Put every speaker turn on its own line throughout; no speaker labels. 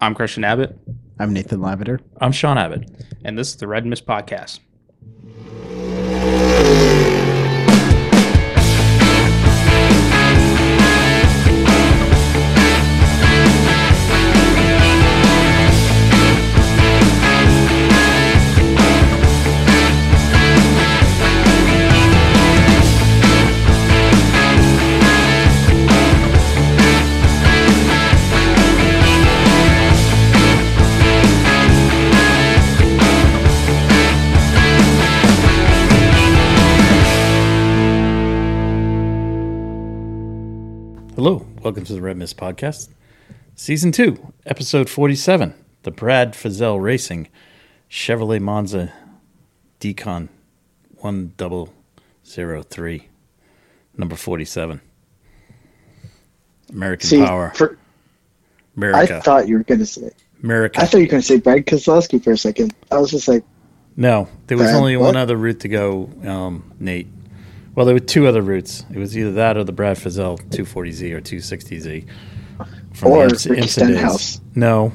I'm Christian Abbott.
I'm Nathan Lavender.
I'm Sean Abbott. And this is the Red Mist Podcast.
Hello, welcome to the Red Mist Podcast, Season 2, Episode 47, the Brad Fazell Racing Chevrolet Monza Decon 1003, number 47. American
See,
Power,
for, I
America,
thought you were gonna say.
America.
I thought you were gonna say Brad Keselowski for a second. I was just like,
no, there was
Brad,
only
what?
one other route to go, um, Nate. Well, there were two other routes. It was either that or the Brad Fazell 240Z or 260Z. From
Or
Imps-
Ricky
Imps days.
Stenhouse.
No,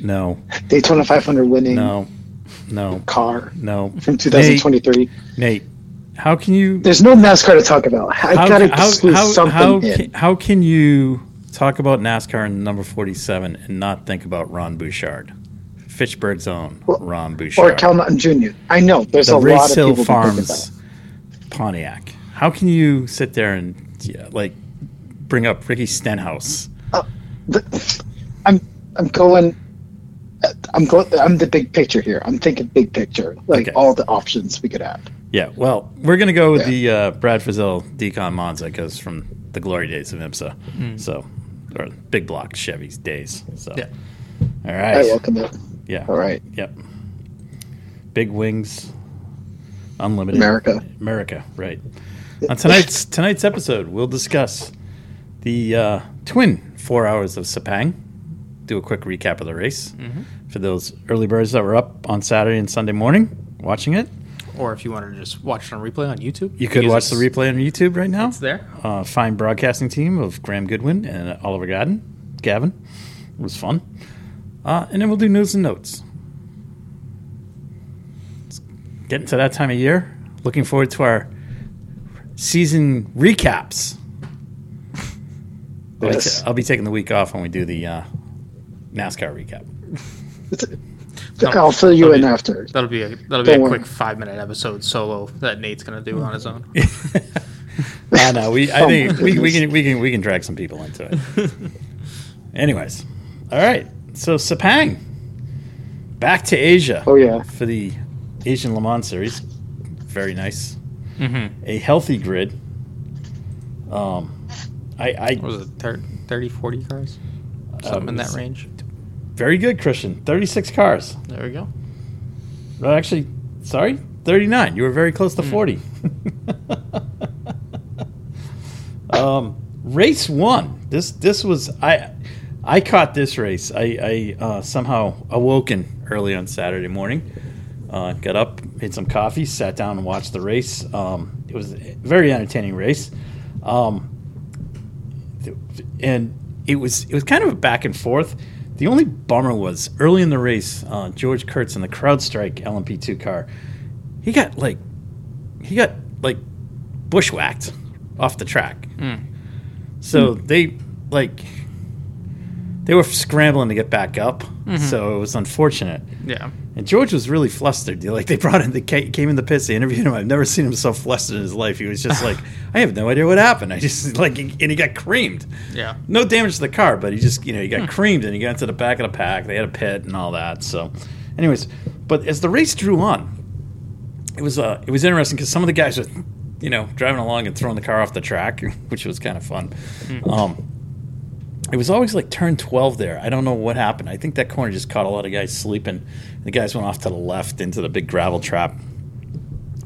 no.
Daytona 500 winning
No, no,
car
no.
from 2023.
Nate, Nate, how can you?
There's no NASCAR to talk about. I
How,
gotta
how,
squeeze
how,
something
how,
in.
can, how can you talk about NASCAR in number 47 and not think about Ron Bouchard? Fitchburg's own Ron
or
Bouchard.
Cal Naughton Jr. I know there's
the
a lot
Race
of
Hill
people to think
Farms
about.
Pontiac. How can you sit there and yeah, like bring up Ricky Stenhouse?
The- I'm I'm going. I'm going. I'm the big picture here. I'm thinking big picture, like
Okay.
all the options we could have.
Yeah, well, we're gonna go with
Yeah.
the uh, Brad Fazell Decon Monza because from the glory days of IMSA, so or big block Chevy's days. So,
Yeah.
all
I
right,
welcome it.
yeah,
All right,
yep. Big wings, unlimited
America.
America, right? On tonight's tonight's episode, we'll discuss the uh, twin four hours of Sepang. Do a quick recap of the race for those early birds that were up on Saturday and Sunday morning watching it.
Or if you wanted to just watch it on replay on YouTube,
You could
because
watch the
it's-
replay on YouTube right now.
It's there.
uh, fine broadcasting team of Graham Goodwin and Oliver Gadden. Gavin. It was fun. Uh, and then we'll do news and notes. It's getting to that time of year. Looking forward to our season recaps. I'll be,
Yes.
ta- I'll be taking the week off when we do the uh, NASCAR recap.
I'll fill you
Okay.
in after.
That'll be a that'll be a
Don't worry.
quick five minute episode solo that Nate's gonna do on his own.
I know. We, I
Oh,
think
my
we, we
goodness.
can we can we can drag some people into it. Anyways, all right. So Sepang, back to Asia
Oh yeah.
for the Asian Le Mans series. Very nice. A healthy grid. Um, I,
What
I
was it thir- 30, 40 cars?
it
Something in that
was-
range.
very good Christian. Thirty six cars.
There we go.
Well, actually, sorry, 39. You were very close to 40. um, race one. This this was I I caught this race. I, I uh, somehow awoken early on Saturday morning. Uh, got up, made some coffee, sat down and watched the race. Um, it was a very entertaining race. Um, and it was it was kind of a back and forth. The only bummer was early in the race, uh, George Kurtz in the CrowdStrike LMP2 car, he got like he got like bushwhacked off the track. So they like they were scrambling to get back up. So it was unfortunate.
Yeah.
And George was really flustered. Like they brought him, they ca- came in the pits, they interviewed him. I've never seen him so flustered in his life. He was just like, I have no idea what happened. I just like, and he got creamed
Yeah.
no damage to the car, but he just you know he got creamed and he got into the back of the pack. They had a pit and all that. So, anyways, but as the race drew on, it was uh it was interesting because some of the guys were you know driving along and throwing the car off the track, which was kind of fun. Um, it was always like turn 12 there. I don't know what happened. I think that corner just caught a lot of guys sleeping. The guys went off to the left into the big gravel trap,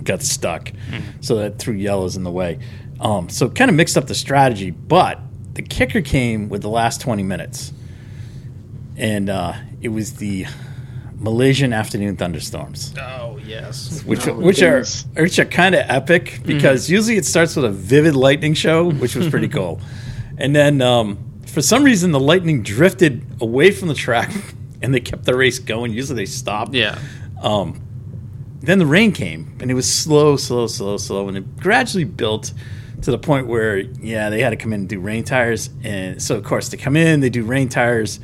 got stuck. So that threw yellows in the way. Um, so kind of mixed up the strategy, but the kicker came with the last 20 minutes. And uh, it was the Malaysian afternoon thunderstorms
Oh yes.
which
Oh,
which are
goodness.
which are kind of epic because usually it starts with a vivid lightning show, which was pretty cool, and then um, for some reason the lightning drifted away from the track and they kept the race going. Usually they stop.
Yeah.
Um, then the rain came, and it was slow, slow, slow, slow, and it gradually built to the point where, yeah, they had to come in and do rain tires, and so of course they come in, they do rain tires.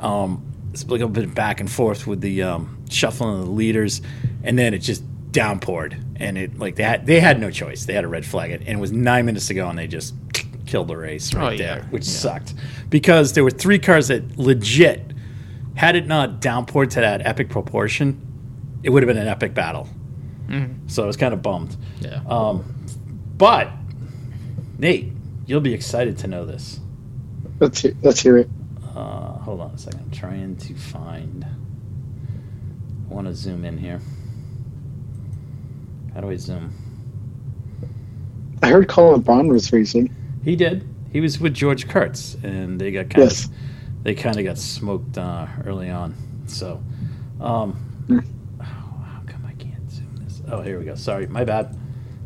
Um, it's like a bit of back and forth with the um, shuffling of the leaders, and then it just downpoured, and it like they had they had no choice, they had a red flag it, and it was nine minutes to go, and they just killed the race right
Oh, yeah.
there, which sucked because there were three cars that legit had it not downpoured to that epic proportion it would have been an epic battle. So I was kind of bummed.
Yeah.
Uh, But Nate, you'll be excited to know this.
Let's hear, let's hear it.
Uh, hold on a second. I'm trying to find. I want to zoom in here. How do I zoom?
I heard Colin Bond was racing.
He did. He was with George Kurtz, and they got kind
Yes.
of they kind of got smoked uh, early on. So, um, oh, how come I can't zoom this? Oh, here we go. Sorry, my bad,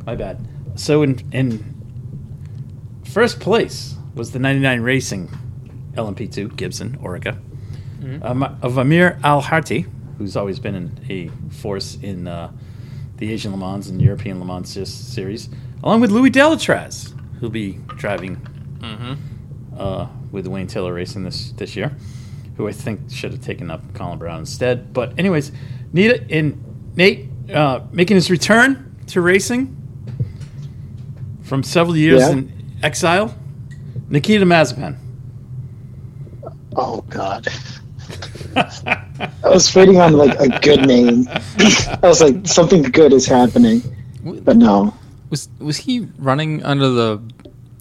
my bad. So in in first place was the '99 Racing LMP2 Gibson Orica um, of Amir Al Harti, who's always been an, a force in uh, the Asian Le Mans and European Le Mans se- series, along with Louis Delatraz, who'll be driving uh, with Wayne Taylor Racing this this year, who I think should have taken up Colin Brown instead. But anyways, Nita and Nate uh, making his return to racing from several years
Yeah.
in exile. Nikita Mazepan.
Oh God. I was waiting on like a good name. I was like, something good is happening, but no.
was was he running under the?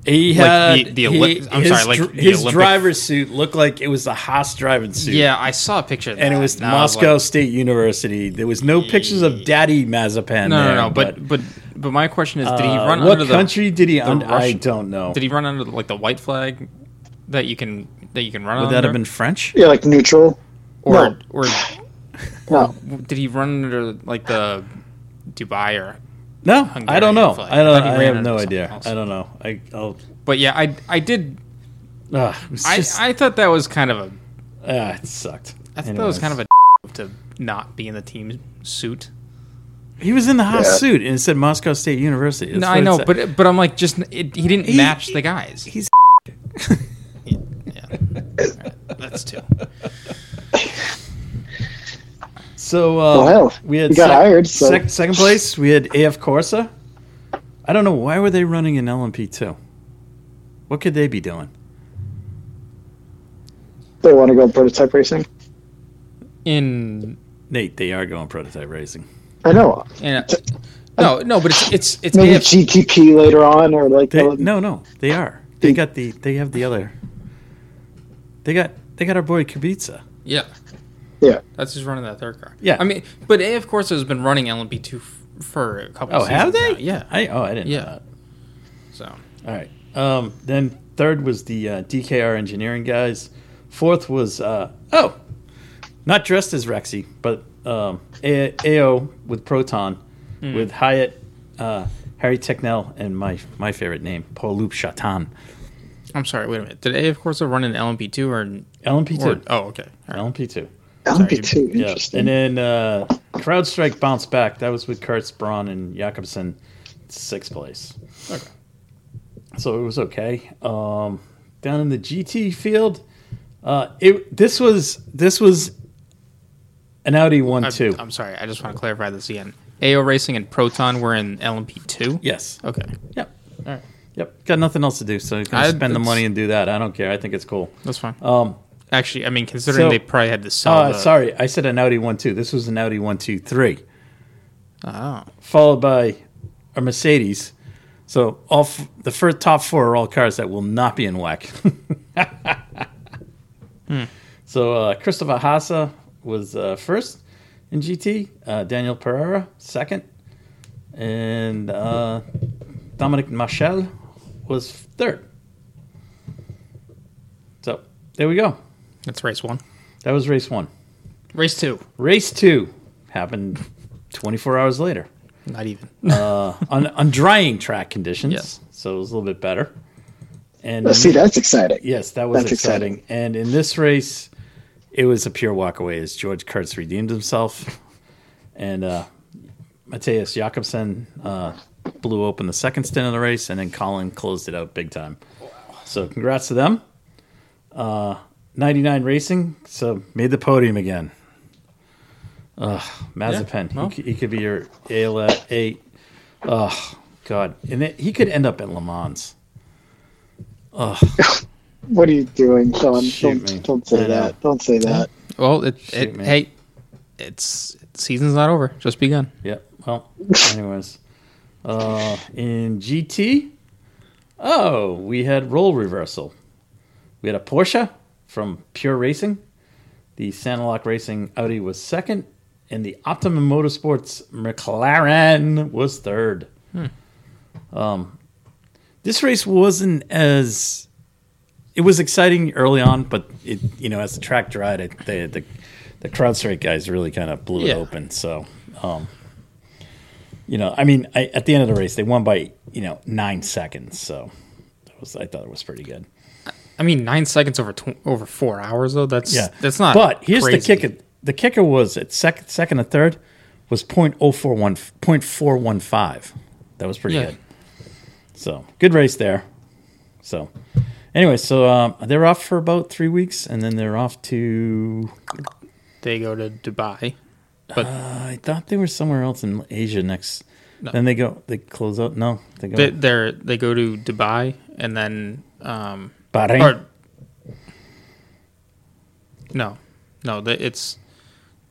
He
Like
had
the- the
he-
Olymp- I'm
his,
sorry, like
dr-
the
his
Olympic-
driver's suit looked like it was a Haas driving suit.
Yeah, I saw a picture. Of
and it
that,
was
I
Moscow
like-
State University. There was no pictures of Daddy Mazepan.
no, no,
there,
no. But but but my question is, did he
uh,
run
what
under the
country did he? Un- I
Russian-
don't know.
Did he run under like the white flag that you can that you can run
Would
under?
that have been French?
Yeah, like neutral.
or or
No,
did he run under like the Dubai or?
No, I don't know.
flag.
I don't.
I thought he
I,
ran
have
under
no
something
idea.
else.
I don't know. I. I'll,
But yeah, I I did.
uh, it was
I
just-
I thought that was kind of a.
ah, it sucked.
I thought that was
Anyways.
kind of a to not be in the team suit.
He was in the Haas
Yeah.
suit and it said Moscow State University. That's
no,
what
I
it
know,
said.
but but I'm like just it, he didn't
He-
match the guys.
he's
yeah, that's two.
So uh,
Well, hell,
we had
he got hired, so-
sec- second place. We had AF Corsa. I don't know why were they running an LMP two. What could they be doing?
they want to go prototype racing.
In,
Nate, they are going prototype racing.
I know.
in no, no, but it's it's it's
Maybe
AF,
GTP later on, or like
They,
the-
no, no, they are. They got the. They have the other. They got. They got our boy Kubica.
yeah.
yeah.
That's who's running that third car.
Yeah.
I mean, but AF Corsa has been running LMP two f- for a couple.
Oh, have they?
seasons now. Yeah.
I oh I didn't.
Yeah.
Know that.
So
All right. Um, then third was the uh, DKR engineering guys. Fourth was uh, oh, not dressed as Rexy, but um, A- AO with Proton, with Hyatt, uh, Harry Technell, and my my favorite name, Paul Loop Shatan.
I'm sorry. Wait a minute. Did AF Corsa run an LMP two or, an- or-
LMP2.
oh okay. All right.
LMP2.
LMP2,
Yeah.
interesting.
And then uh, CrowdStrike Bounce Back. That was with Kurtz, Braun, and Jakobsen, sixth place.
Okay.
so it was okay. Um, down in the GT field, uh, it this was this was an Audi one
I'm,
two.
I'm sorry. I just want to clarify this again. AO Racing and Proton were in LMP two.
Yes.
Okay.
Yep.
All right.
Yep. Got nothing else to do, so you can
I-
spend the
it's-
money and do that. I don't care. I think it's cool.
That's fine.
Um,
Actually, I mean, considering
so-
they probably had to sell.
uh,
Oh, the,
sorry, I said an Audi one two. This was an Audi one two three,
Oh.
followed by a Mercedes. So all f- the first top four are all cars that will not be in WEC. So uh, Christopher Hassa was uh, first in GT, uh, Daniel Pereira second, and uh, Dominic Machel was third. So there we go.
That's race one.
That was race one.
Race two.
Race two happened 24 hours later
Not even.
uh, on, on drying track conditions.
Yes.
So it was a little bit better. And
Let's see, that's exciting.
yes, that was
that's
exciting.
exciting.
And in this race, it was a pure walkaway as George Kurtz redeemed himself, and uh, Matthias Jakobsen uh, blew open the second stint of the race, and then Colin closed it out big time. So congrats to them. Uh, 99 Racing, so made the podium again. Ugh, Mazepin,
well.
he, c- he could be your ALA. A, oh, God. And it, he could end up at Le Mans.
What are you doing, Don?
Shoot me.
Don't, don't say
I know.
that. Don't say that.
Well, it, it
man.
hey, it's season's not over. Just begun.
Yeah. Well, anyways, uh, in GT, oh, we had role reversal. We had a Porsche from Pure Racing. The Sanilock Racing Audi was second, and the Optimum Motorsports McLaren was third. Um, this race wasn't as it was exciting early on, but it you know as the track dried, it, the the the CrowdStrike guys really kind of blew it
Yeah.
open. So, um, you know, I mean, I, at the end of the race, they won by you know nine seconds. So, that was I thought it was pretty good.
I mean, nine seconds over tw- over four hours though. That's
Yeah,
that's not.
But here's the
crazy.
kicker. The kicker was at second, second and third was 0.041 0.415. That was pretty
Yeah.
good. So good race there. So anyway, so um, they're off for about three weeks, and then they're off to.
They go to Dubai, but
I thought they were somewhere else in Asia next. Then they go. They close out. No, they go.
they, they're they go to Dubai and then um
Bahrain.
or no, no, they, it's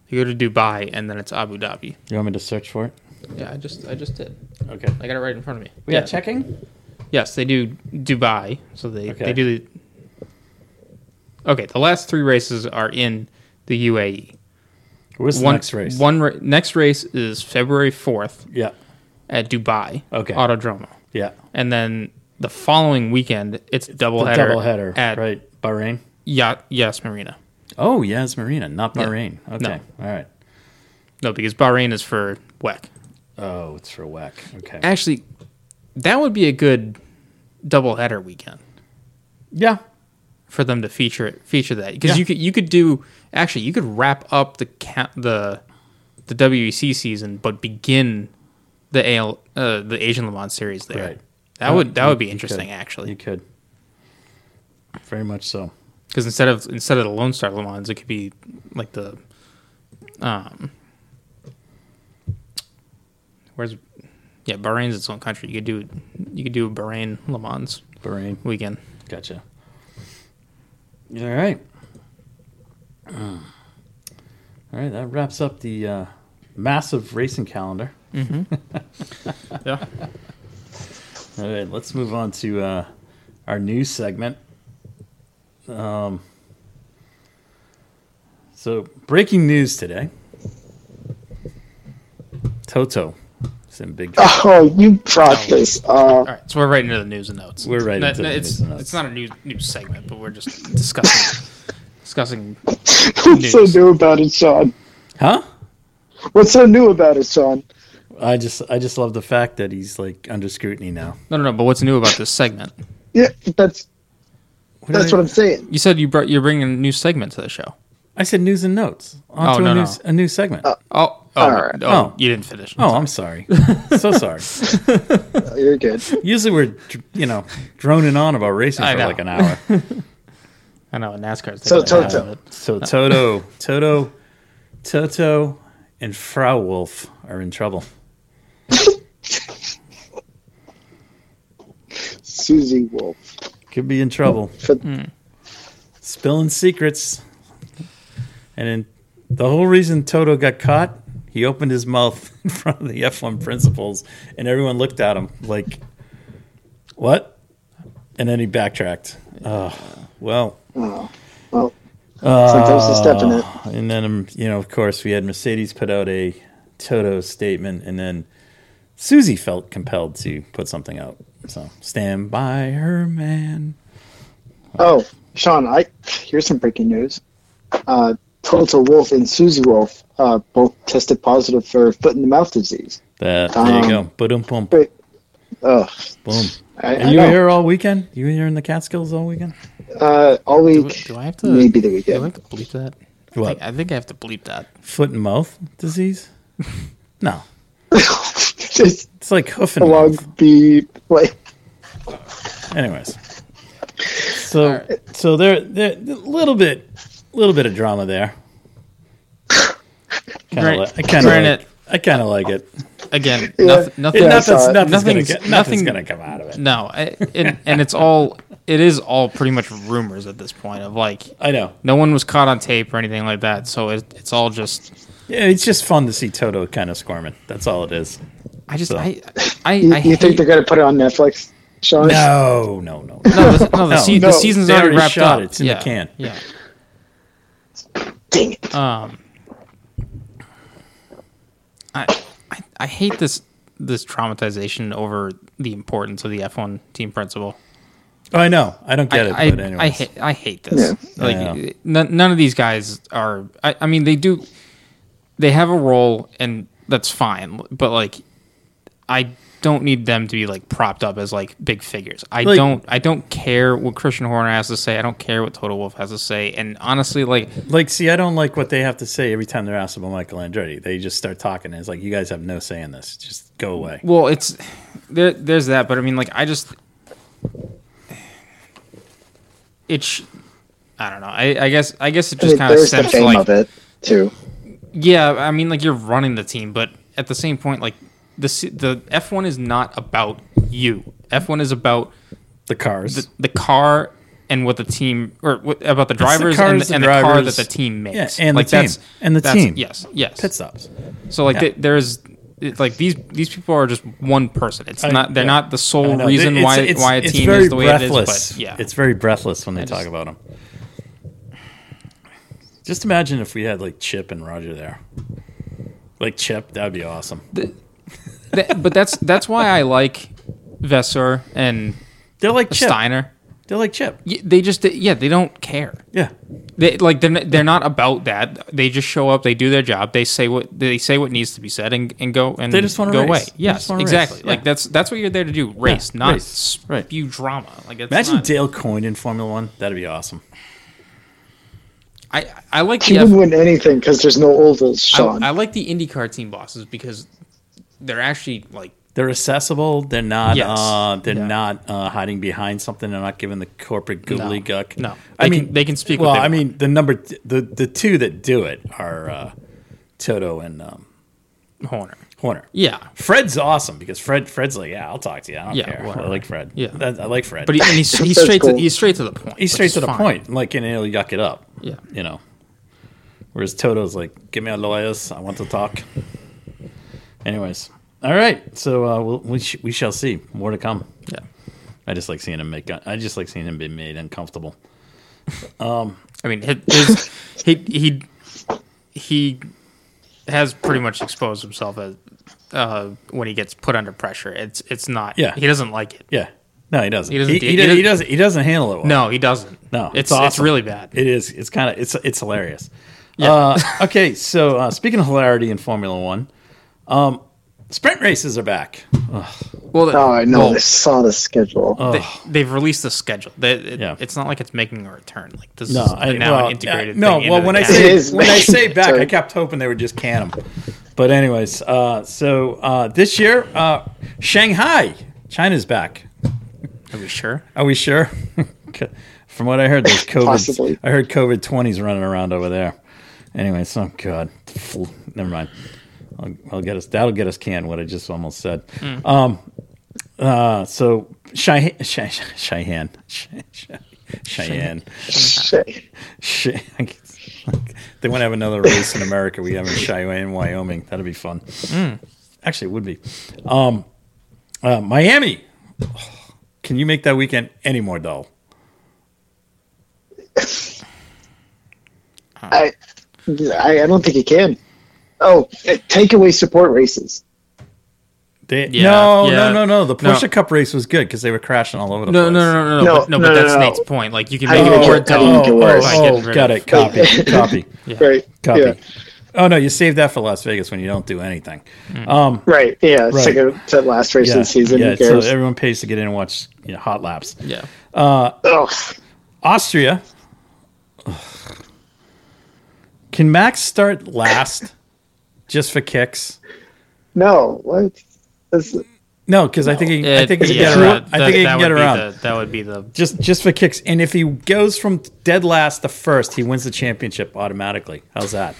they go to Dubai and then it's Abu Dhabi.
you want me to search for it?
Yeah, I just I just did.
Okay.
I got it right in front of me.
We are checking.
Yes, they do Dubai. So they,
Okay.
they do the. Okay, the last three races are in the UAE.
Where's the
one,
next race?
One ra- next race is February 4th
Yeah.
at Dubai
Okay.
Autodromo.
Yeah.
And then the following weekend, it's
The
doubleheader.
double header.
at
right. Bahrain.
Ya- Yas Marina.
Oh, Yas Marina, not Bahrain. Okay. All right.
No, because Bahrain is for WEC.
Oh, it's for whack. Okay.
Actually, that would be a good doubleheader weekend.
yeah.
for them to feature it, feature that because
Yeah.
you could you could do actually you could wrap up the ca- the the WEC season but begin the AL, uh, the Asian Le Mans series there.
Right.
That
Yeah,
would that
you-
would be
you
interesting
could.
actually.
You
'Cause actually
could. Very much so.
because instead of instead of the Lone Star Le Mans it could be like the um where's yeah Bahrain's its own country you could do you could do Bahrain Le Mans
Bahrain.
weekend.
Gotcha. All right. All right. That wraps up the uh, massive racing calendar.
Mm-hmm. Yeah.
All right. Let's move on to uh, our news segment. Um, so, breaking news today Toto is in big
Ah!
trouble.
Oh, you brought this up.
All right, so we're right into the news and notes.
We're right
No,
into
no,
the
it's,
news and notes.
It's not a news news segment, but we're just discussing discussing.
What's so
News.
new about it, Sean?
Huh?
What's so new about it, Sean?
I just I just love the fact that he's like under scrutiny now.
No, no, no. But what's new about this segment?
Yeah, that's that's
did I-
what I'm saying.
You said you brought you're bringing a new segment to the show.
I said news and notes. Onto
Oh, no,
a,
no.
news, a new segment.
Uh,
Oh, oh,
All right.
oh,
Oh.
you didn't finish.
oh, I'm sorry. so sorry.
Oh, you're good.
Usually we're dr- you know droning on about racing
I
for
know.
like an hour.
I know NASCAR's
So,
taking that out
Toto.
of it.
So Toto, Toto, Toto, and Frau Wolf are in trouble.
Susie Wolf.
Could be in trouble.
For,
Spilling secrets. And then the whole reason Toto got caught, he opened his mouth in front of the F1 principals, and everyone looked at him like, "What?" And then he backtracked. Oh, well.
Well, sometimes a step in it.
and then um, you know of course we had mercedes put out a toto statement and then susie felt compelled to put something out so stand by her man
Oh, Sean, I here's some breaking news. Uh, Toto Wolf and Susie Wolf uh, both tested positive for foot and mouth disease.
that there you go
Um,
boom boom
Wait, ugh,
boom
I,
Are
I
you
don't-
here all weekend? You here in the Catskills all weekend?
Uh, all
Do,
week.
do I have to?
Maybe the
Do I
weekend.
have to bleep that? I
What?
think, I think I have to bleep that.
Foot and mouth disease? no.
Just
It's like hoof
a
and
long
mouth.
beep. Like,
Anyways. So so there there a little bit little bit of drama there. Kinda
Right.
li- I kind of
Granted.
like, I kind of like it.
Again,
Yeah.
nothing. nothing
I Yeah,
nothing's
saw it.
nothing's,
Nothing's-
gonna, get- nothing's
nothing-
gonna come out of it.
No, I- and and it's all it is all pretty much rumors at this point of like
I know.
no one was caught on tape or anything like that. So it, it's all just
Yeah, it's just fun to see Toto kind of squirming. That's all it is.
I just
So-
I I,
you,
I
you
hate,
think they're gonna put it on Netflix, Sean?
No, no, no.
no the, no, the,
No,
se-
no,
the season's
they
already
already
wrapped
shot
up.
it. It's in the
yeah,
can.
Yeah.
Dang it.
Um, I, I I hate this this traumatization over the importance of the F one team principle.
I know. I don't get it.
I,
but
I,
anyways.
I hate I hate this.
Yeah.
Like
Yeah.
n- none of these guys are. I, I mean, they do. They have a role, and that's fine. But like, I don't need them to be like propped up as like big figures. I
Like-
don't. I don't care what Christian Horner has to say. I don't care what Total Wolf has to say. And honestly, like,
Like, see, I don't like what they have to say every time they're asked about Michael Andretti. They just start talking, and it's like, you guys have no say in this. Just go away.
well, it's there. There's that. But I mean, like, I just. It's. Sh- I don't know. I, I guess. I guess it just kind of
There's the
stems to,
fame
like
of it too.
Yeah, I mean, like you're running the team, but at the same point, like the C- the F one is not about you. F one is about
The cars.
the, the car and what the team or what, about the
the
drivers and,
cars,
the,
the
and the car that
drivers.
the team makes.
Yeah, and the
like, that's-
team. And the
that's-
team.
Yes, yes.
pit stops.
so like
yeah.
th- there's it's like these these people are just one person. It's
I-
not they're
yeah.
not the
I
sole
know.
reason
It's-
why
it's-
why a
it's
team
very
is the way
breathless.
it is. But yeah,
It's very breathless when they
just-
talk about them. Just imagine if we had, like, Chip and Roger there. Like, Chip, that would be awesome.
Th- but that's that's why I like Vesser and
They're like Chip.
Steiner.
They're like Chip.
Y- They just yeah they don't care.
Yeah.
they like they're, n- they're not about that they just show up they do their job they say what they say what needs to be said and, and go and
They just wanna
go
race.
away
They
yes
just wanna
exactly
race,
like
yeah.
that's that's what you're there to do race
Yeah,
not
race, right.
spew drama like that's
Imagine
not,
Dale Coyne in Formula One. That'd be awesome.
I, I like
He
the F-
wouldn't win anything because there's no ovals,
I,
Sean.
I like the IndyCar team bosses because they're actually like
They're accessible. They're not.
Yes.
Uh, they're
Yeah.
not uh, hiding behind something. They're not giving the corporate googly guck.
No.
I
They
mean
can- they can speak what
Well,
they
I
want.
mean the number t- the the two that do it are uh, Toto and um,
Horner
Horner.
yeah
Fred's awesome because Fred Fred's like yeah I'll talk to you I don't
Yeah,
care
whatever.
I like Fred
Yeah.
That- I like Fred
but he, and he's, he's
That's
straight to
cool.
he's straight to the point
he's
which
straight
is
to the
fine.
point like and he'll yuck it up
Yeah.
you know whereas Toto's like give me a lawyers I want to talk anyways all right so uh, we'll, we sh- we shall see more to come.
yeah
I just like seeing him make. I just like seeing him be made uncomfortable.
I mean hi- his, he he he has pretty much exposed himself as uh, when he gets put under pressure. It's it's not.
Yeah.
he doesn't like it.
Yeah. No, he doesn't. He
doesn't
doesn't.
do- he
He, he, does,
doesn't-
he doesn't. He doesn't handle it. Well.
No, he doesn't.
No,
it's
it's
it's,
awesome.
really bad.
It is. It's kind of. It's. It's hilarious. Uh, okay, so uh, speaking of hilarity in Formula One, um, sprint races are back.
well,
oh, I know.
well,
I saw the schedule.
Oh.
they, have released the schedule. They, it-
Yeah.
It's not like it's making a return. Like this
No,
is
I,
now
well,
an integrated.
uh, no,
thing into
well,
the
when I
calendar.
It
say
is
when I say
making-
back,
sorry.
I kept hoping they would just can them. But anyways, uh, so uh, this year, uh, Shanghai, China's back.
are we sure?
Are we sure? From what I heard, there's COVID.
Possibly.
I heard COVID 20s running around over there. Anyway, so God, Fl- never mind. I'll, I'll get us. That'll get us canned. What I just almost said. Um, uh, so Cheyenne, Cheyenne, Cheyenne,
Shit.
Cheyenne. They want to have another race in America. We have in Cheyenne, Wyoming. That'd be fun. Actually, it would be. Um, uh, Miami. Can you make that weekend any more dull?
I, I, I don't think he can. Oh, eh, take away support races.
They,
Yeah,
no,
yeah.
no, no, no. The
No.
Porsche Cup race was good because they were crashing all over the
No,
place.
no, Oh, no, no, no.
No,
but, no,
no,
but
no,
that's
no.
Nate's point. Like you can
I
make
didn't
it
get
more
your- I didn't
dull.
get
by
worse.
getting rid
Oh, got
of
it. Copy, copy, copy.
Yeah.
Right.
Copy.
Yeah.
Yeah.
Oh no, you save that for Las Vegas when you don't do anything.
Mm.
Um,
Right. Yeah. It's
Right.
like a, it's that last race
yeah,
of the season.
yeah.
who cares?
So everyone pays to get in and watch you know, hot laps.
Yeah.
Ugh.
Austria. Can Max start last, just for kicks?
No. What? That's,
No, because I think he, I think he can get
yeah,
around.
that-
I think he
that
can get
would be
around.
the- that would be the
just just for kicks. And if he goes from dead last to first, he wins the championship automatically. How's that?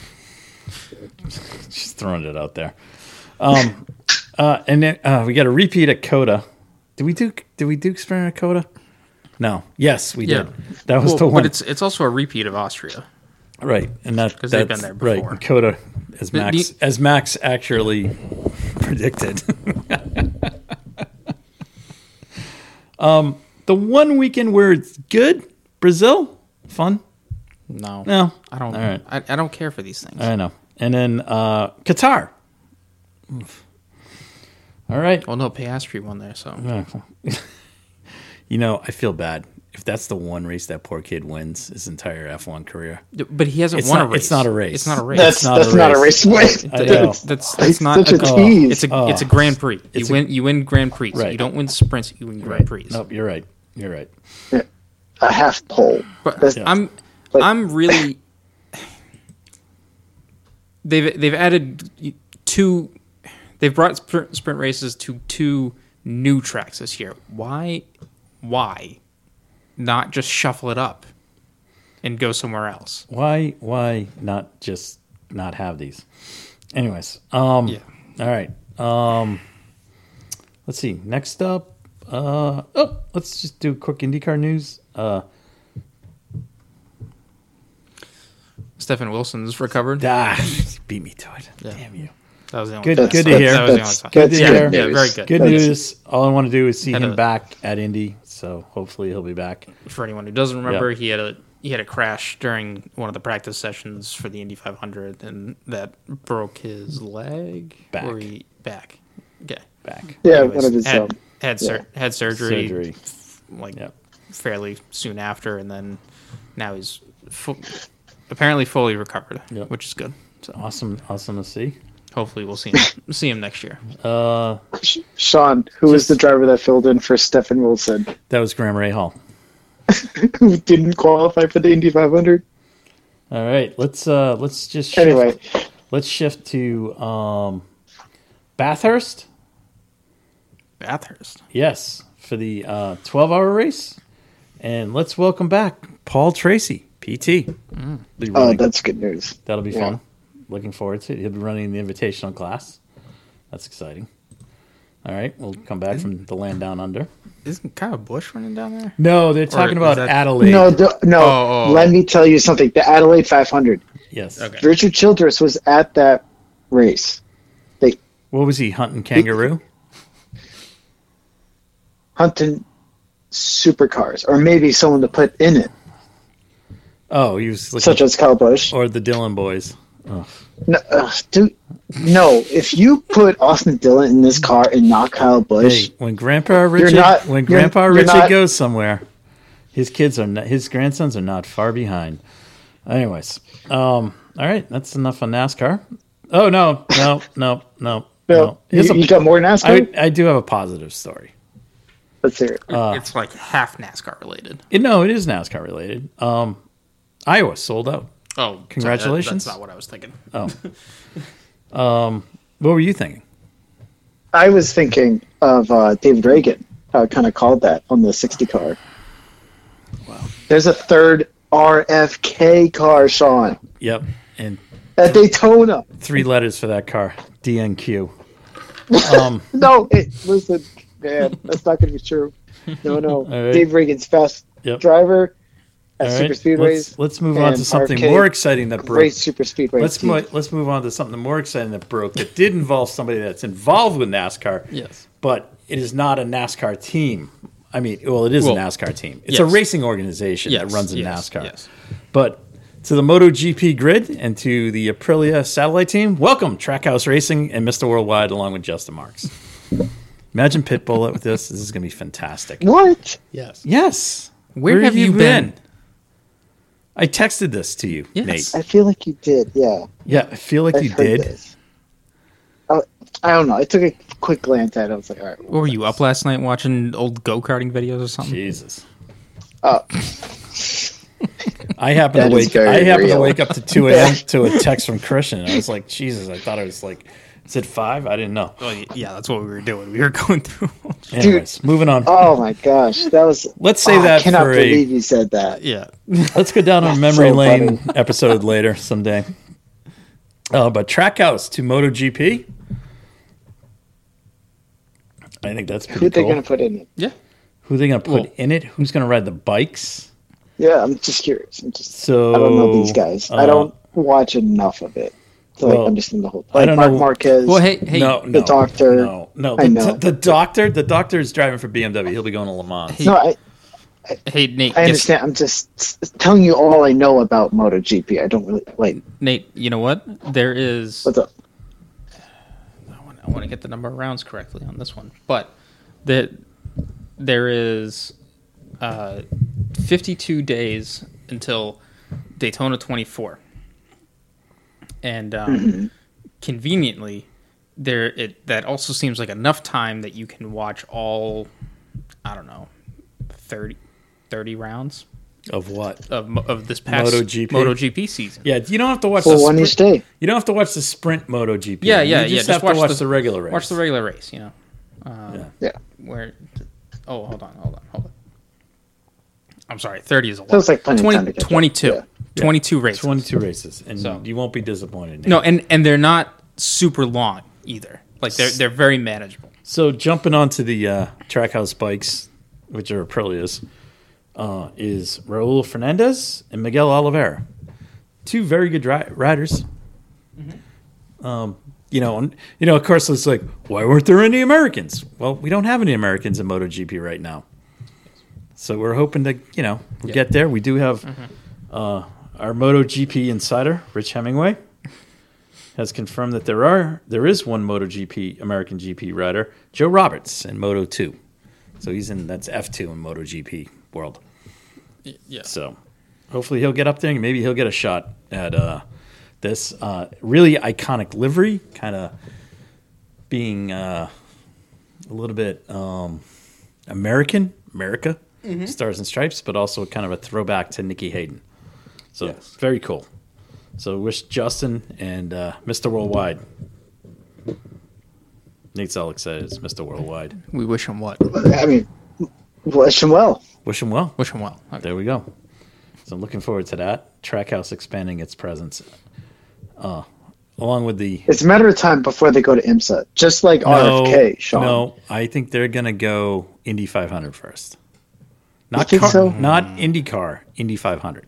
Just throwing it out there. Um, uh, and then uh, we got a repeat at Coda. Did we do? Did we do experiment at Coda? No. Yes, we
Yeah.
did. That was
Well,
the
but
one.
it's it's also a repeat of Austria.
right, and that
'Cause they've
that's-
been there
Right,
before.
and Coda as Max
the-
as Max actually predicted. um, Um, the one weekend where it's good, Brazil, fun.
No,
No,
I don't.
All right,
I, I don't care for these things.
I know. And then uh, Qatar. Oof. All right.
Well, no, Piastri won there, so
You know, I feel bad if that's the one race that poor kid wins his entire F1 career.
but he hasn't
It's
won a
not-
race.
it's not a race.
It's not a race.
that's
not
that's
a
not a
race.
race. Wait.
I know.
That's
It's
that's not.
such a
a-
tease.
it's a it's a Grand Prix. You
Oh. It's a-
win you win Grand Prix.
Right.
You don't win sprints. You win Grand Prix.
Nope, you're right. You're right.
a half pole.
But
That's-
I'm
Like-
I'm really they've they've added two they've brought sprint, sprint races to two new tracks this year. Why why not just shuffle it up and go somewhere else?
Why? Why not just not have these? Anyways, um,
Yeah.
all right. Um, let's see. Next up, uh, oh, let's just do quick IndyCar news. Uh,
Stefan Wilson's recovered.
ah, beat me to it. Damn you.
that was the only
Good,
time.
good to
that's-
hear.
That was the only
that's
time.
good to
that's
hear.
good
Yeah,
news.
very good.
Good
That's-
news. All I want to do is see
Had
him
a-
back at Indy. So hopefully he'll be back.
For anyone who doesn't remember,
Yeah.
he had a he had a crash during one of the practice sessions for the Indy 500, and that broke his leg
Back.
or he, back. Okay,
Back.
Yeah,
Anyways,
one of his um,
had had, sur- had surgery,
surgery.
like
Yep.
fairly soon after, and then now he's fu- apparently fully recovered,
Yep.
which is good. So
Awesome. Awesome to see.
hopefully we'll see him see him next year.
Uh,
Sh- Sean, who was the driver that filled in for Stefan Wilson,
that was Graham Ray Hall.
who didn't qualify for the Indy 500?
All right. Let's uh, let's just shift,
Anyway,
Let's shift to um, Bathurst.
Bathurst.
Yes, for the uh, 12-hour race. And let's welcome back Paul Tracy, PT. Be
oh,
running-
that's good news.
That'll be
Yeah.
fun. Looking forward to it. He'll be running the invitational class. That's exciting. All right, we'll come back from the land down under.
Isn't Kyle Bush running down there?
No, they're talking
is
about
that-
Adelaide.
No, the, no.
Oh, oh.
Let me tell you something. The Adelaide 500.
yes.
Okay.
Richard Childress was at that race. They
What was he hunting kangaroo?
hunting supercars, or maybe someone to put in it,
Oh, he was looking
such as Kyle Busch.
or the Dylan boys.
No, ugh, dude, no. If you put Austin Dillon in this car and not Kyle Busch,
Hey, when Grandpa Richard
not-
when
you're-
Grandpa
you're
Richard
not-
goes somewhere, his kids are not, his grandsons are not far behind. Anyways, um, all right, that's enough on NASCAR. Oh no, no, no, no, no.
Bill,
Here's
you,
a-
you got more NASCAR.
I, I do have a positive story.
Let's hear it.
Uh,
it's like half NASCAR related.
It, no, it is NASCAR related. Um, Iowa sold out.
Oh, sorry, that-
Congratulations.
that's not what I was thinking.
What were you thinking?
I was thinking of uh, David Reagan, how I kind of called that on the 60 car. Wow. There's a third RFK car, Sean,
Yep, and
at Daytona.
three letters for that car: DNQ. Um,
No, hey, listen, man, that's not going to be true. No, no.
right.
Dave Reagan's fast
Yep.
driver at
All
super
right,
speedways.
let's, let's move on
and
to something
RFK
more exciting that broke.
Great super speedways.
Let's
team.
mo- let's move on to something more exciting that broke that did involve somebody that's involved with NASCAR.
Yes.
but it is not a NASCAR team. I mean, well, it is
Well,
a NASCAR team. It's a
yes.
racing organization that
Yes,
runs in
yes,
NASCAR.
yes.
But to the MotoGP grid and to the Aprilia satellite team, welcome Trackhouse Racing and Mr. Worldwide, along with Justin Marks. Imagine Pitbull with this. This is going to be fantastic.
What?
Yes.
Yes.
Where have you been?
I texted this to you,
Yes.
Nate.
I feel like you did. Yeah,
Yeah, I feel like
I've
you
heard
did.
This. I, I don't know. I took a quick glance at it. I was like, all right.
What were you up last night watching old go karting videos or something?
Jesus.
Oh.
I happen
That
to
is
wake.
very
I happen to
real.
wake up to two a.m. to a text from Christian. I was like, Jesus! I thought it was like, is it five? I didn't know.
Oh y- yeah, that's what we were doing. We were going through. all-
Anyways, moving on.
Oh my gosh, that was.
Let's save
Oh,
that
I cannot
for a-
believe you said that.
yeah,
Let's go down our memory
so
lane episode later someday. Uh, but Trackhouse to MotoGP. I think that's pretty
Who they
cool.
gonna put in it?
yeah.
Who they gonna put
Well-
in it? Who's gonna ride the bikes?
Yeah, I'm just curious. I'm just.
So
I don't know these guys. I
uh,
don't watch enough of it to like
well,
understand the whole.
I
Like
don't
Mark
know-
Marquez.
Well, hey, hey,
no,
the
no,
doctor.
No, no. The,
I know.
the doctor. The doctor is driving for BMW. He'll be going to Le Mans.
He-
No, I,
hey, Nate.
I
guess-
understand. I'm just s- telling you all I know about MotoGP. I don't really like.
Nate, you know what? There is.
What's up?
I want, I want to get the number of rounds correctly on this one, but that there is uh, 52 days until Daytona 24, and um, conveniently, there it that also seems like enough time that you can watch all. I don't know, 30, 30 rounds
Of what?
of mo- of this past
MotoGP?
MotoGP season.
Yeah, you don't have to watch
For
the
one
sprint-
each day.
You don't have to watch the sprint MotoGP.
yeah, yeah,
You just
yeah.
have to watch the, regular race.
Watch the regular race. You know. Um,
Yeah.
Yeah.
where oh hold on hold on hold on i'm sorry 30 is a lot
Feels like plenty of time to catch up.
22
Yeah.
22 races
22 races, and
So-
you won't be disappointed. Nate.
no and and they're not super long either like they're they're very manageable
So jumping onto the uh, Trackhouse bikes, which are Aprilia's, uh, is Raul Fernandez and Miguel Oliveira, two very good ri- riders. Um, you know, and, you know. Of course, it's like, why weren't there any Americans? Well, we don't have any Americans in MotoGP right now, so we're hoping to, you know, we'll
Yeah.
get there. We do have uh, our MotoGP insider, Rich Hemingway has confirmed that there are there is one MotoGP American GP rider, Joe Roberts, in Moto Two. So he's in that's F two in MotoGP world.
yeah
So hopefully he'll get up there and maybe he'll get a shot at uh, this uh, really iconic livery, kind of being uh, a little bit um, American, America, stars and stripes, but also kind of a throwback to Nikki Hayden. So very cool. So wish Justin and uh, Mr. Worldwide. Nate's all excited. It's Mr. Worldwide.
we wish him what
I mean, wish him well.
Wish him well.
wish him well okay.
There we go. So I'm looking forward to that. Trackhouse expanding its presence, uh, along with the
It's a matter of time before they go to IMSA, just like RFK. Sean.
No, I think they're gonna go Indy 500 first. Not
think
car,
so?
not IndyCar, Indy 500,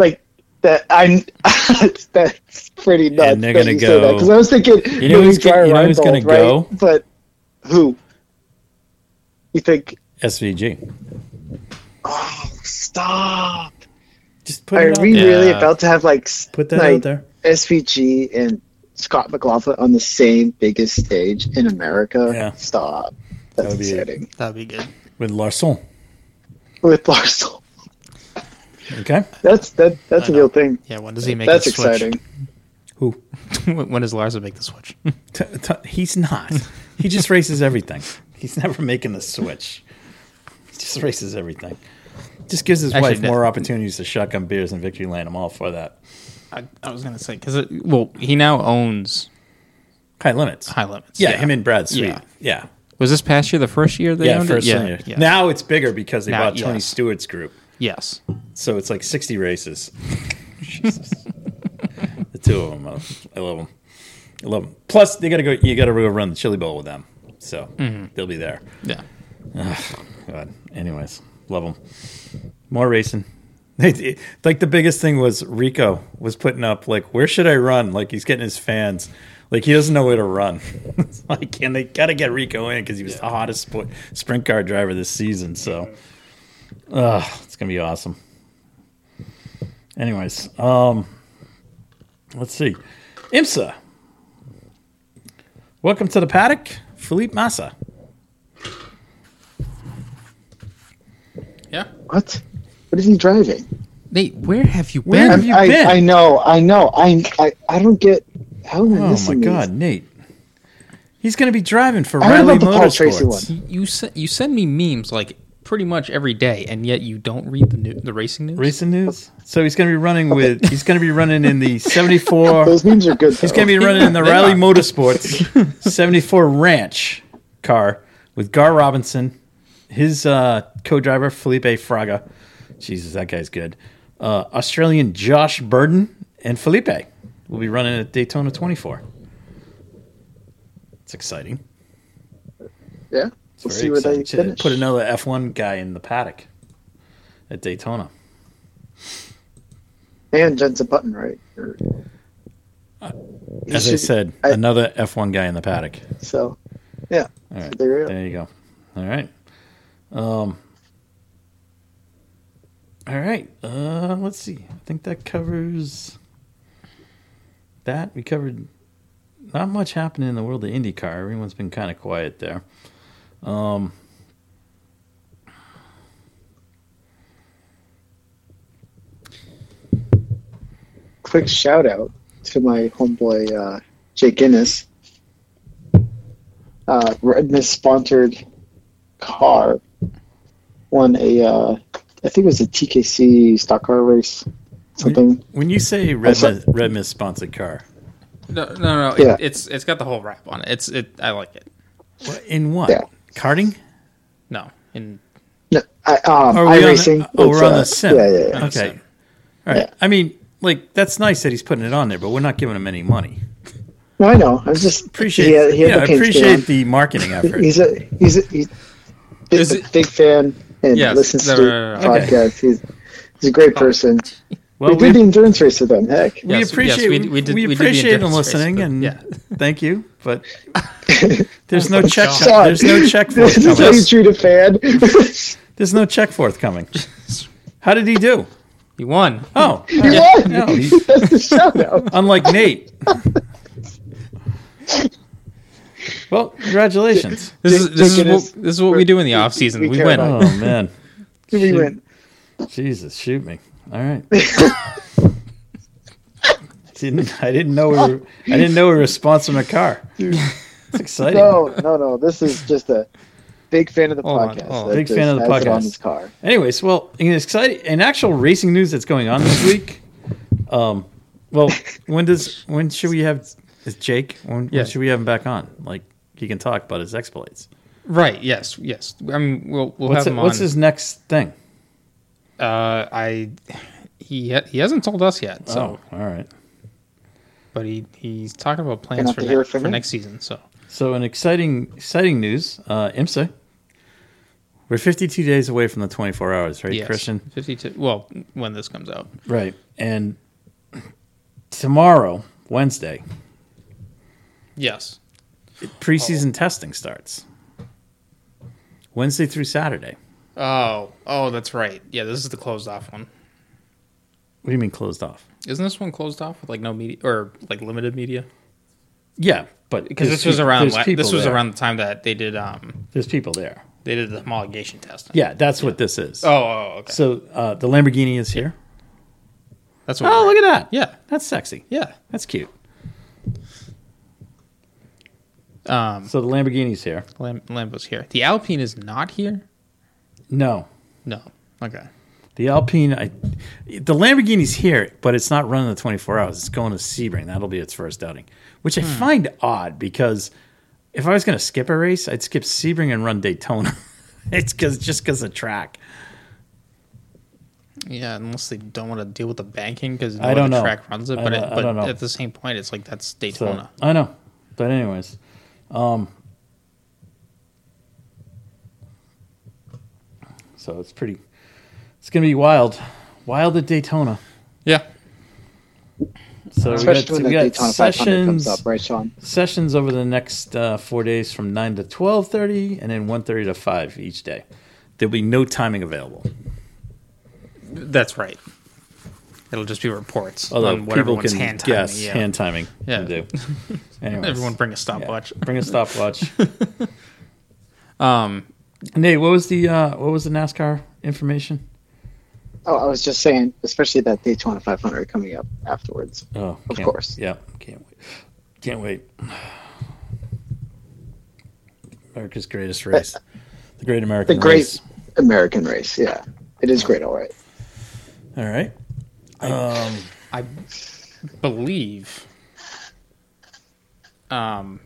Like that. I'm. that's pretty nuts.
And they're
that
gonna
you say that,
go-
'cause I was thinking.
You know who's
Luis
gonna- you know
Dry
who's gonna
Reinbold,
go?
right? But who? You think?
SVG.
Oh, stop!
Just put
Are
it out
we
there.
really
Yeah.
about to have like s-
Put that
like,
out there.
SVG and Scott McLaughlin on the same biggest stage in America?
Yeah.
Stop. That's
would be-
upsetting.
that'd be good
with Larson.
With Barstool.
Okay,
That's that that's a
I
real
know.
thing.
yeah when does he make
That's
the switch?
exciting.
who?
when does larson make the switch
T- t- he's not. He just races everything. He's never making the switch. He just races everything. Just gives his
Actually,
wife
no-
more opportunities to shotgun beers and victory lane. I'm all for that.
I, I was gonna say because well he now owns
High limits.
high limits
yeah, him and Brad Sweet.
Yeah.
Yeah. Yeah.
was this past year the first year they owned
first
it
year.
yeah
Now it's bigger because they
Now,
bought Tony
yes.
Stewart's group.
yes
So it's like 60 races. Jesus. the two of them. I I love them. I love them. Plus, they got to go, you got to go run the Chili Bowl with them. So
Mm-hmm.
they'll be there.
yeah
God. Anyways, love them. More racing. like the biggest thing was Rico was putting up like, where should I run? Like he's getting his fans. Like he doesn't know where to run. It's like, and they got to get Rico in because he was the hottest sport, sprint car driver this season. So, uh, it's gonna be awesome. Anyways, um, let's see, IMSA. Welcome to the paddock, Philippe Massa.
yeah
What? What is he driving?
Nate, where have you
Where
been?
have you
I,
been?
I know, I know. I, I, I don't get how am I
Oh my
missing these?
God, Nate. He's going to be driving for
I heard
Riley
about the Paul Tracy
Motorsports.
you se- you send me memes like pretty much every day, and yet you don't read the new, the racing news.
Recent news. So he's going to be running with. He's going to be running in the '74.
Those memes are good.
He's going to be running in the Riley Motorsports 74 Ranch car with Gar Robinson, his uh, co driver, Felipe Fraga. Jesus, that guy's good. Uh, Australian Josh Burden and Felipe will be running at Daytona 24. It's exciting.
yeah.
It's very
We'll see where they
exciting.
finish.
Put another F1 guy in the paddock at Daytona.
and Jensen Button, right? Or- He
As I
should-
said,
I-
another F1 guy in the paddock.
So, yeah.
All right.
There you go.
There you go. All right. Um, all right. Uh, let's see. I think that covers that. We covered not much happening in the world of IndyCar. Everyone's been kind of quiet there. Um,
Quick shout out to my homeboy uh, Jay Guinness. Uh, Redness sponsored car won a, uh, I think it was a TKC stock car race, something.
when you say Red,
saw-
Miss, Red Miss sponsored car,
No, no, no.
Yeah.
It, it's it's got the whole wrap on it. It's it. I like it.
What- in what?
Yeah.
Karting?
No, and
Mm-hmm.
No, I, um,
Are we on the-
iRacing.
oh,
It's,
we're on
uh,
the sim.
Yeah, yeah, yeah.
Okay.
Sim.
All right.
Yeah.
I mean, like, that's nice that he's putting it on there, but we're not giving him any money.
No, I know. I was just
Appreciate,
He had, he had
yeah,
the pink
appreciate
stamp.
the marketing effort.
He's a he's a, he's a
Is
big,
it-
big fan and
Yes,
listens
no,
to
no, no, Oh. no,
okay.
podcasts. He's he's a great person.
Well,
we
we-
did the endurance race with him. Heck,
we
Yes, yes,
appreciate
we-
we,
we did-
we
we did the
appreciate them
endurance race,
listening
but-
and
yeah.
thank you but there's no check
Sorry.
there's no check
this is how you
forthcoming
treat a fan.
there's no check forthcoming how did he do
he won.
oh
he won.
no, he-
That's the shout out.
unlike Nate well congratulations
This is this
Jake
is
Guinness,
what, this is what we do in the off season.
we
We,
care
win.
about
oh man
We went.
Jesus shoot me all right didn't I didn't know we were I didn't know we were sponsoring a car it's exciting
No, no, no. This is just a big fan of the
Hold on,
podcast.
hold on.
that
Big
just
fan of the
has it on
podcast.
his car.
Anyways, well, in exciting in actual racing news that's going on this week. Um, well, when does when should we have is Jake? When,
Yeah.
when should we have him back on? Like he can talk about his exploits.
Right? Yes. Yes. I mean, we'll we'll
What's
have
it,
him
what's
on.
his next thing?
uh, I he ha- he hasn't told us yet. So,
oh, all right.
but he he's talking about plans
have
for
to hear
ne-
it from
for
me.
next season. So
So an exciting exciting news. Uh, IMSA. We're 52 days away from the 24 hours, right,
yes,
Christian?
fifty two. Well, when this comes out,
Right. And tomorrow, Wednesday,
yes.
preseason
Oh.
testing starts. Wednesday through Saturday.
Oh, oh, that's right. Yeah, this is the closed off one.
What do you mean closed off?
Isn't this one closed off with like no media or like limited media?
Yeah, but
Because
there's
this was
peop-
around
there's
la-
people
this was
there.
around the time that they did um
There's people there.
they did the homologation test.
Yeah, that's what this is.
Oh, oh okay.
So uh, the Lamborghini is here.
that's what.
Oh, look at that.
Yeah,
that's sexy.
yeah.
That's cute.
Um,
So the Lamborghini's here.
Lam- Lambo's here. The Alpine is not here.
No,
No. Okay.
the Alpine. I, the Lamborghini's here, but it's not running the 24 hours. It's going to Sebring. That'll be its first outing, which I find odd because if I was going to skip a race, I'd skip Sebring and run Daytona. it's cause, just because of track.
Yeah, unless they don't want to deal with the banking because
I don't know.
track runs it.
I
But,
don't-
it,
I
but
don't know.
at the same point, it's uh, like that's
So
Daytona.
I know, but anyways, um, so it's pretty. It's gonna be wild, wild at Daytona.
Yeah.
So we got,
Especially when
we
the
got
Daytona 500
sessions
comes up, right, Sean?
sessions over the next uh, four days from nine to twelve thirty, and then one thirty to five each day. There'll be no timing available.
That's right. It'll just be reports
Although
on what
people
everyone's
can
hand timing.
guess
yeah.
hand timing.
Yeah.
will do. Anyways,
Everyone bring a
yeah.
stopwatch.
Bring a stopwatch.
Um,
Nate, what was the uh, what was the NASCAR information?
Oh, I was just saying, especially that Daytona 500 coming up afterwards.
Oh,
Of
can't-
course.
Yeah, can't wait. Can't wait. America's greatest race, the Great
Uh, The
American
great
Race.
American race. Yeah, it is great. All right.
All right. Um,
I believe, um,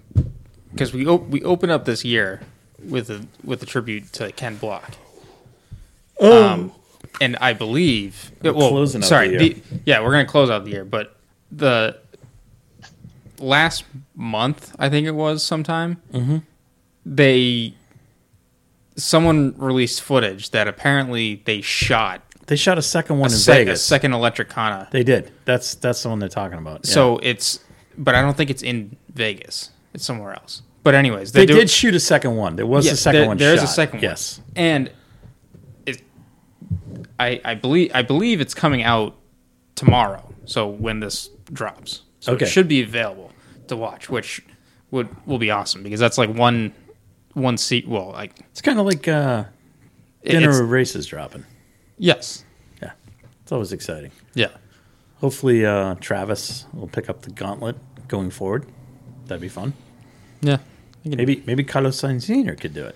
because we op- we open up this year with a with a tribute to Ken Block. Um, and I believe well,
Oh. closing out
sorry,
the year.
the, yeah, we're gonna close out the year, but the last month, I think it was sometime,
Mm-hmm.
they someone released footage that apparently they shot
they shot a second one
a,
in
sec- a
Vegas.
second Electricana.
they did. That's that's the one they're talking about. yeah.
So it's, but I don't think it's in Vegas. It's somewhere else. But anyways,
they,
do-
did shoot a second one. There was
Yes,
a second
there-
one.
There is a
shot.
second one.
Yes.
and it, I I believe I believe it's coming out tomorrow. So when this drops, so
Okay.
it should be available to watch, which would will be awesome because that's like one one seat. Well, like
It's kind of like uh,
it-
dinner
it's-
of races dropping.
yes,
Yeah, it's always exciting.
yeah,
Hopefully, uh, Travis will pick up the gauntlet going forward. That'd be fun.
yeah.
Maybe maybe Carlos Sainz Jr. could do it.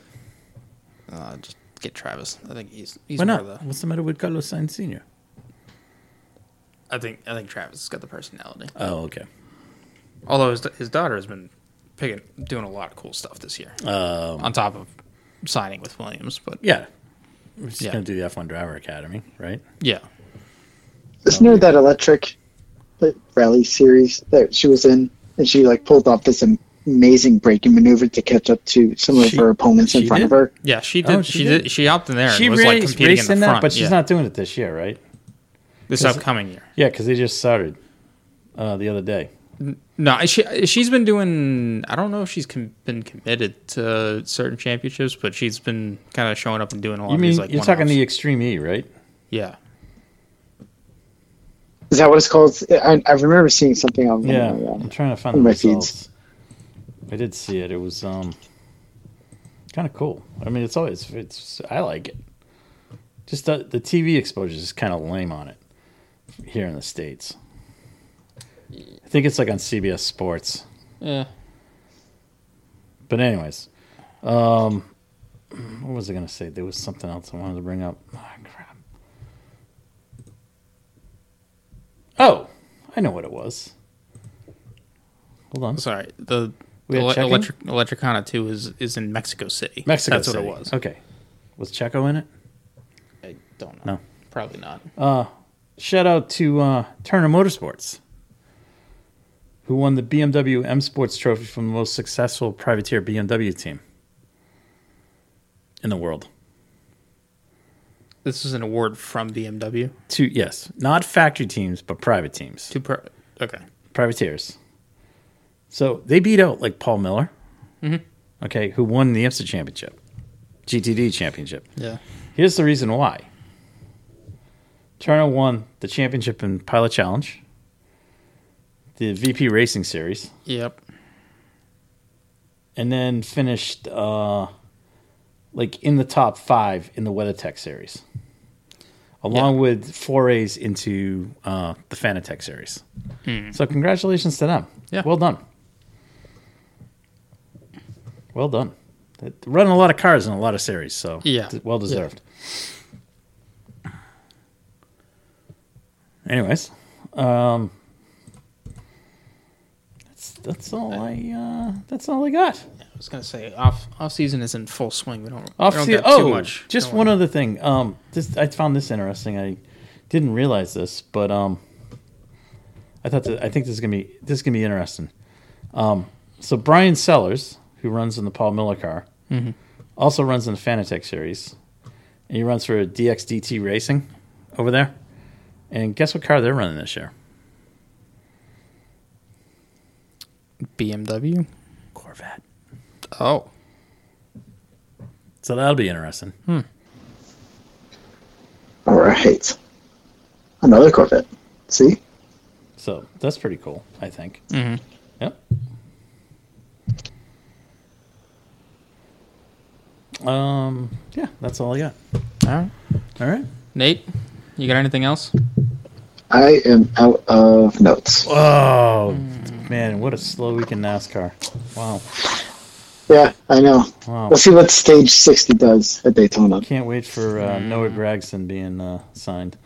Uh, just get Travis. I think he's he's
Why
more
not?
the.
What's the matter with Carlos Sainz Sr.?
I think I think Travis has got the personality.
Oh, okay.
Although his, his daughter has been picking, doing a lot of cool stuff this year.
Um,
on top of signing with Williams, but
yeah. We're just
Yeah.
going to do the F1 Driver Academy, right?
yeah,
Isn't there that electric like, rally series that she was in, and she like pulled off this am- amazing braking maneuver to catch up to some of
She-
her opponents in
she
front
did?
of her?
yeah, she did.
Oh, she
she
did.
did. She opted in there.
She
and was
raced,
like competing
raced
in,
in
the
that,
front.
but she's
yeah.
not doing it this year, right?
this upcoming year.
Yeah, because they just started uh, the other day.
No, she she's been doing. I don't know if she's com- been committed to certain championships, but she's been kind of showing up and doing a lot
You
of
mean
these like
you're
one-offs.
talking the Extreme E, right?
yeah.
Is that what it's called? I, I remember seeing something on uh,
Yeah, I'm
yeah.
trying to find
In
the
my feeds.
results. I did see it. It was um, kind of cool. I mean, it's always it's I like it. Just the, the TV exposure is kind of lame on it here in the states. I think it's like on CBS Sports.
Yeah.
But anyways, um, what was I gonna say? There was something else I wanted to bring up. Ah, crap. Oh, I know what it was. Hold on.
Sorry. The
We had
ele-
checking?
electric Electricana two is is in Mexico City.
Mexico.
That's
City.
what it was.
Okay. Was Checo in it?
I don't know.
No.
Probably not.
Shout out to uh, Turner Motorsports, who won the BMW M Sports Trophy from the most successful privateer BMW team in the world.
This is an award from BMW
Two, yes, not factory teams, but private teams,
to pro. Okay.
privateers. So they beat out like Paul Miller,
Mm-hmm.
okay, who won the IMSA championship, GTD championship.
Yeah.
Here's the reason why. Turner won the championship in Pilot Challenge, the VP Racing Series,
Yep.
and then finished uh, like in the top five in the WeatherTech Series, along with forays into uh, the Fanatec Series. So congratulations to them.
Hmm. Yeah.
Well done. Well done. They run a lot of cars in a lot of series, so
Yeah.
d- well deserved. Anyways, um, that's that's all I uh, that's all I got.
I was gonna say off off season is in full swing. We don't
Off
we don't
sea-
get
oh,
too much.
just
going
one other thing. Um, this I found this interesting. I didn't realize this, but um, I thought that I think this is gonna be this is gonna be interesting. Um, so Brian Sellers, who runs in the Paul Miller car,
Mm-hmm.
also runs in the Fanatec series, and he runs for DXDT Racing over there. And guess what car they're running this year?
BMW.
Corvette.
Oh,
So that'll be interesting.
Hmm.
All right, another Corvette. See,
So that's pretty cool. I think.
Mhm.
Yep. Um. Yeah, that's all I got.
all right,
All right.
Nate. You got anything else?
I am out of notes.
Oh man, what a slow week in NASCAR. Wow.
Yeah, I know.
Wow.
Let's see what stage 60 does at Daytona.
Can't wait for uh, Noah Gregson being uh, signed.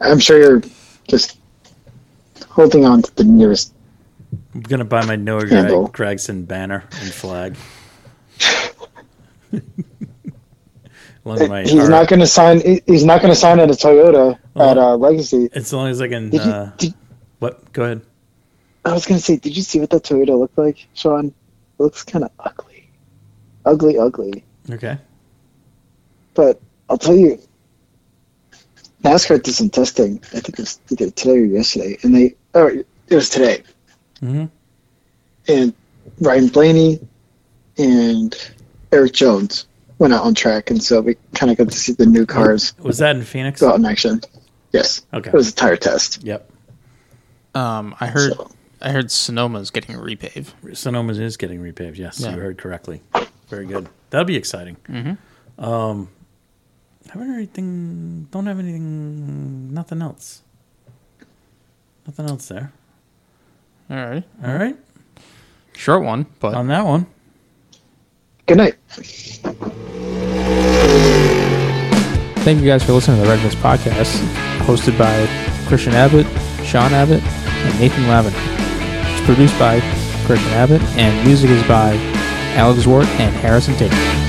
I'm sure you're just holding on to the nearest.
I'm gonna buy my Noah
Handle.
Greg- Gregson banner and flag. Along with my-
he's not going to sign. he- He's not going to sign at a Toyota at uh, Legacy.
as long as I can.
Did you,
Uh,
did,
what? Go ahead.
I was going to say, did you see what that Toyota looked like, Sean? It looks kind of ugly, ugly, ugly.
Okay.
But I'll tell you, NASCAR did some testing. I think it was either today or yesterday, and they oh it was today.
Mhm.
And Ryan Blaney and Eric Jones went out on track, and so we kind of got to see the new cars
Was that in Phoenix?
go out in action. Yes,
Oh. Okay.
it was a tire test.
Yep.
Um, I heard
So-
I heard Sonoma's getting a repave.
Sonoma is getting repaved. Yes,
Yeah.
you heard correctly. Very good. That'll be exciting. Mm-hmm. Um, haven't heard anything. Don't have anything. Nothing else. Nothing else there.
All right,
All right.
short one, but
Um,
On that one.
Good night.
Thank you guys for listening to the Red Mist Podcast, hosted by Christian Abbott, Sean Abbott, and Nathan Lavin. It's produced by Christian Abbott, and music is by Alex Ward and Harrison Tate.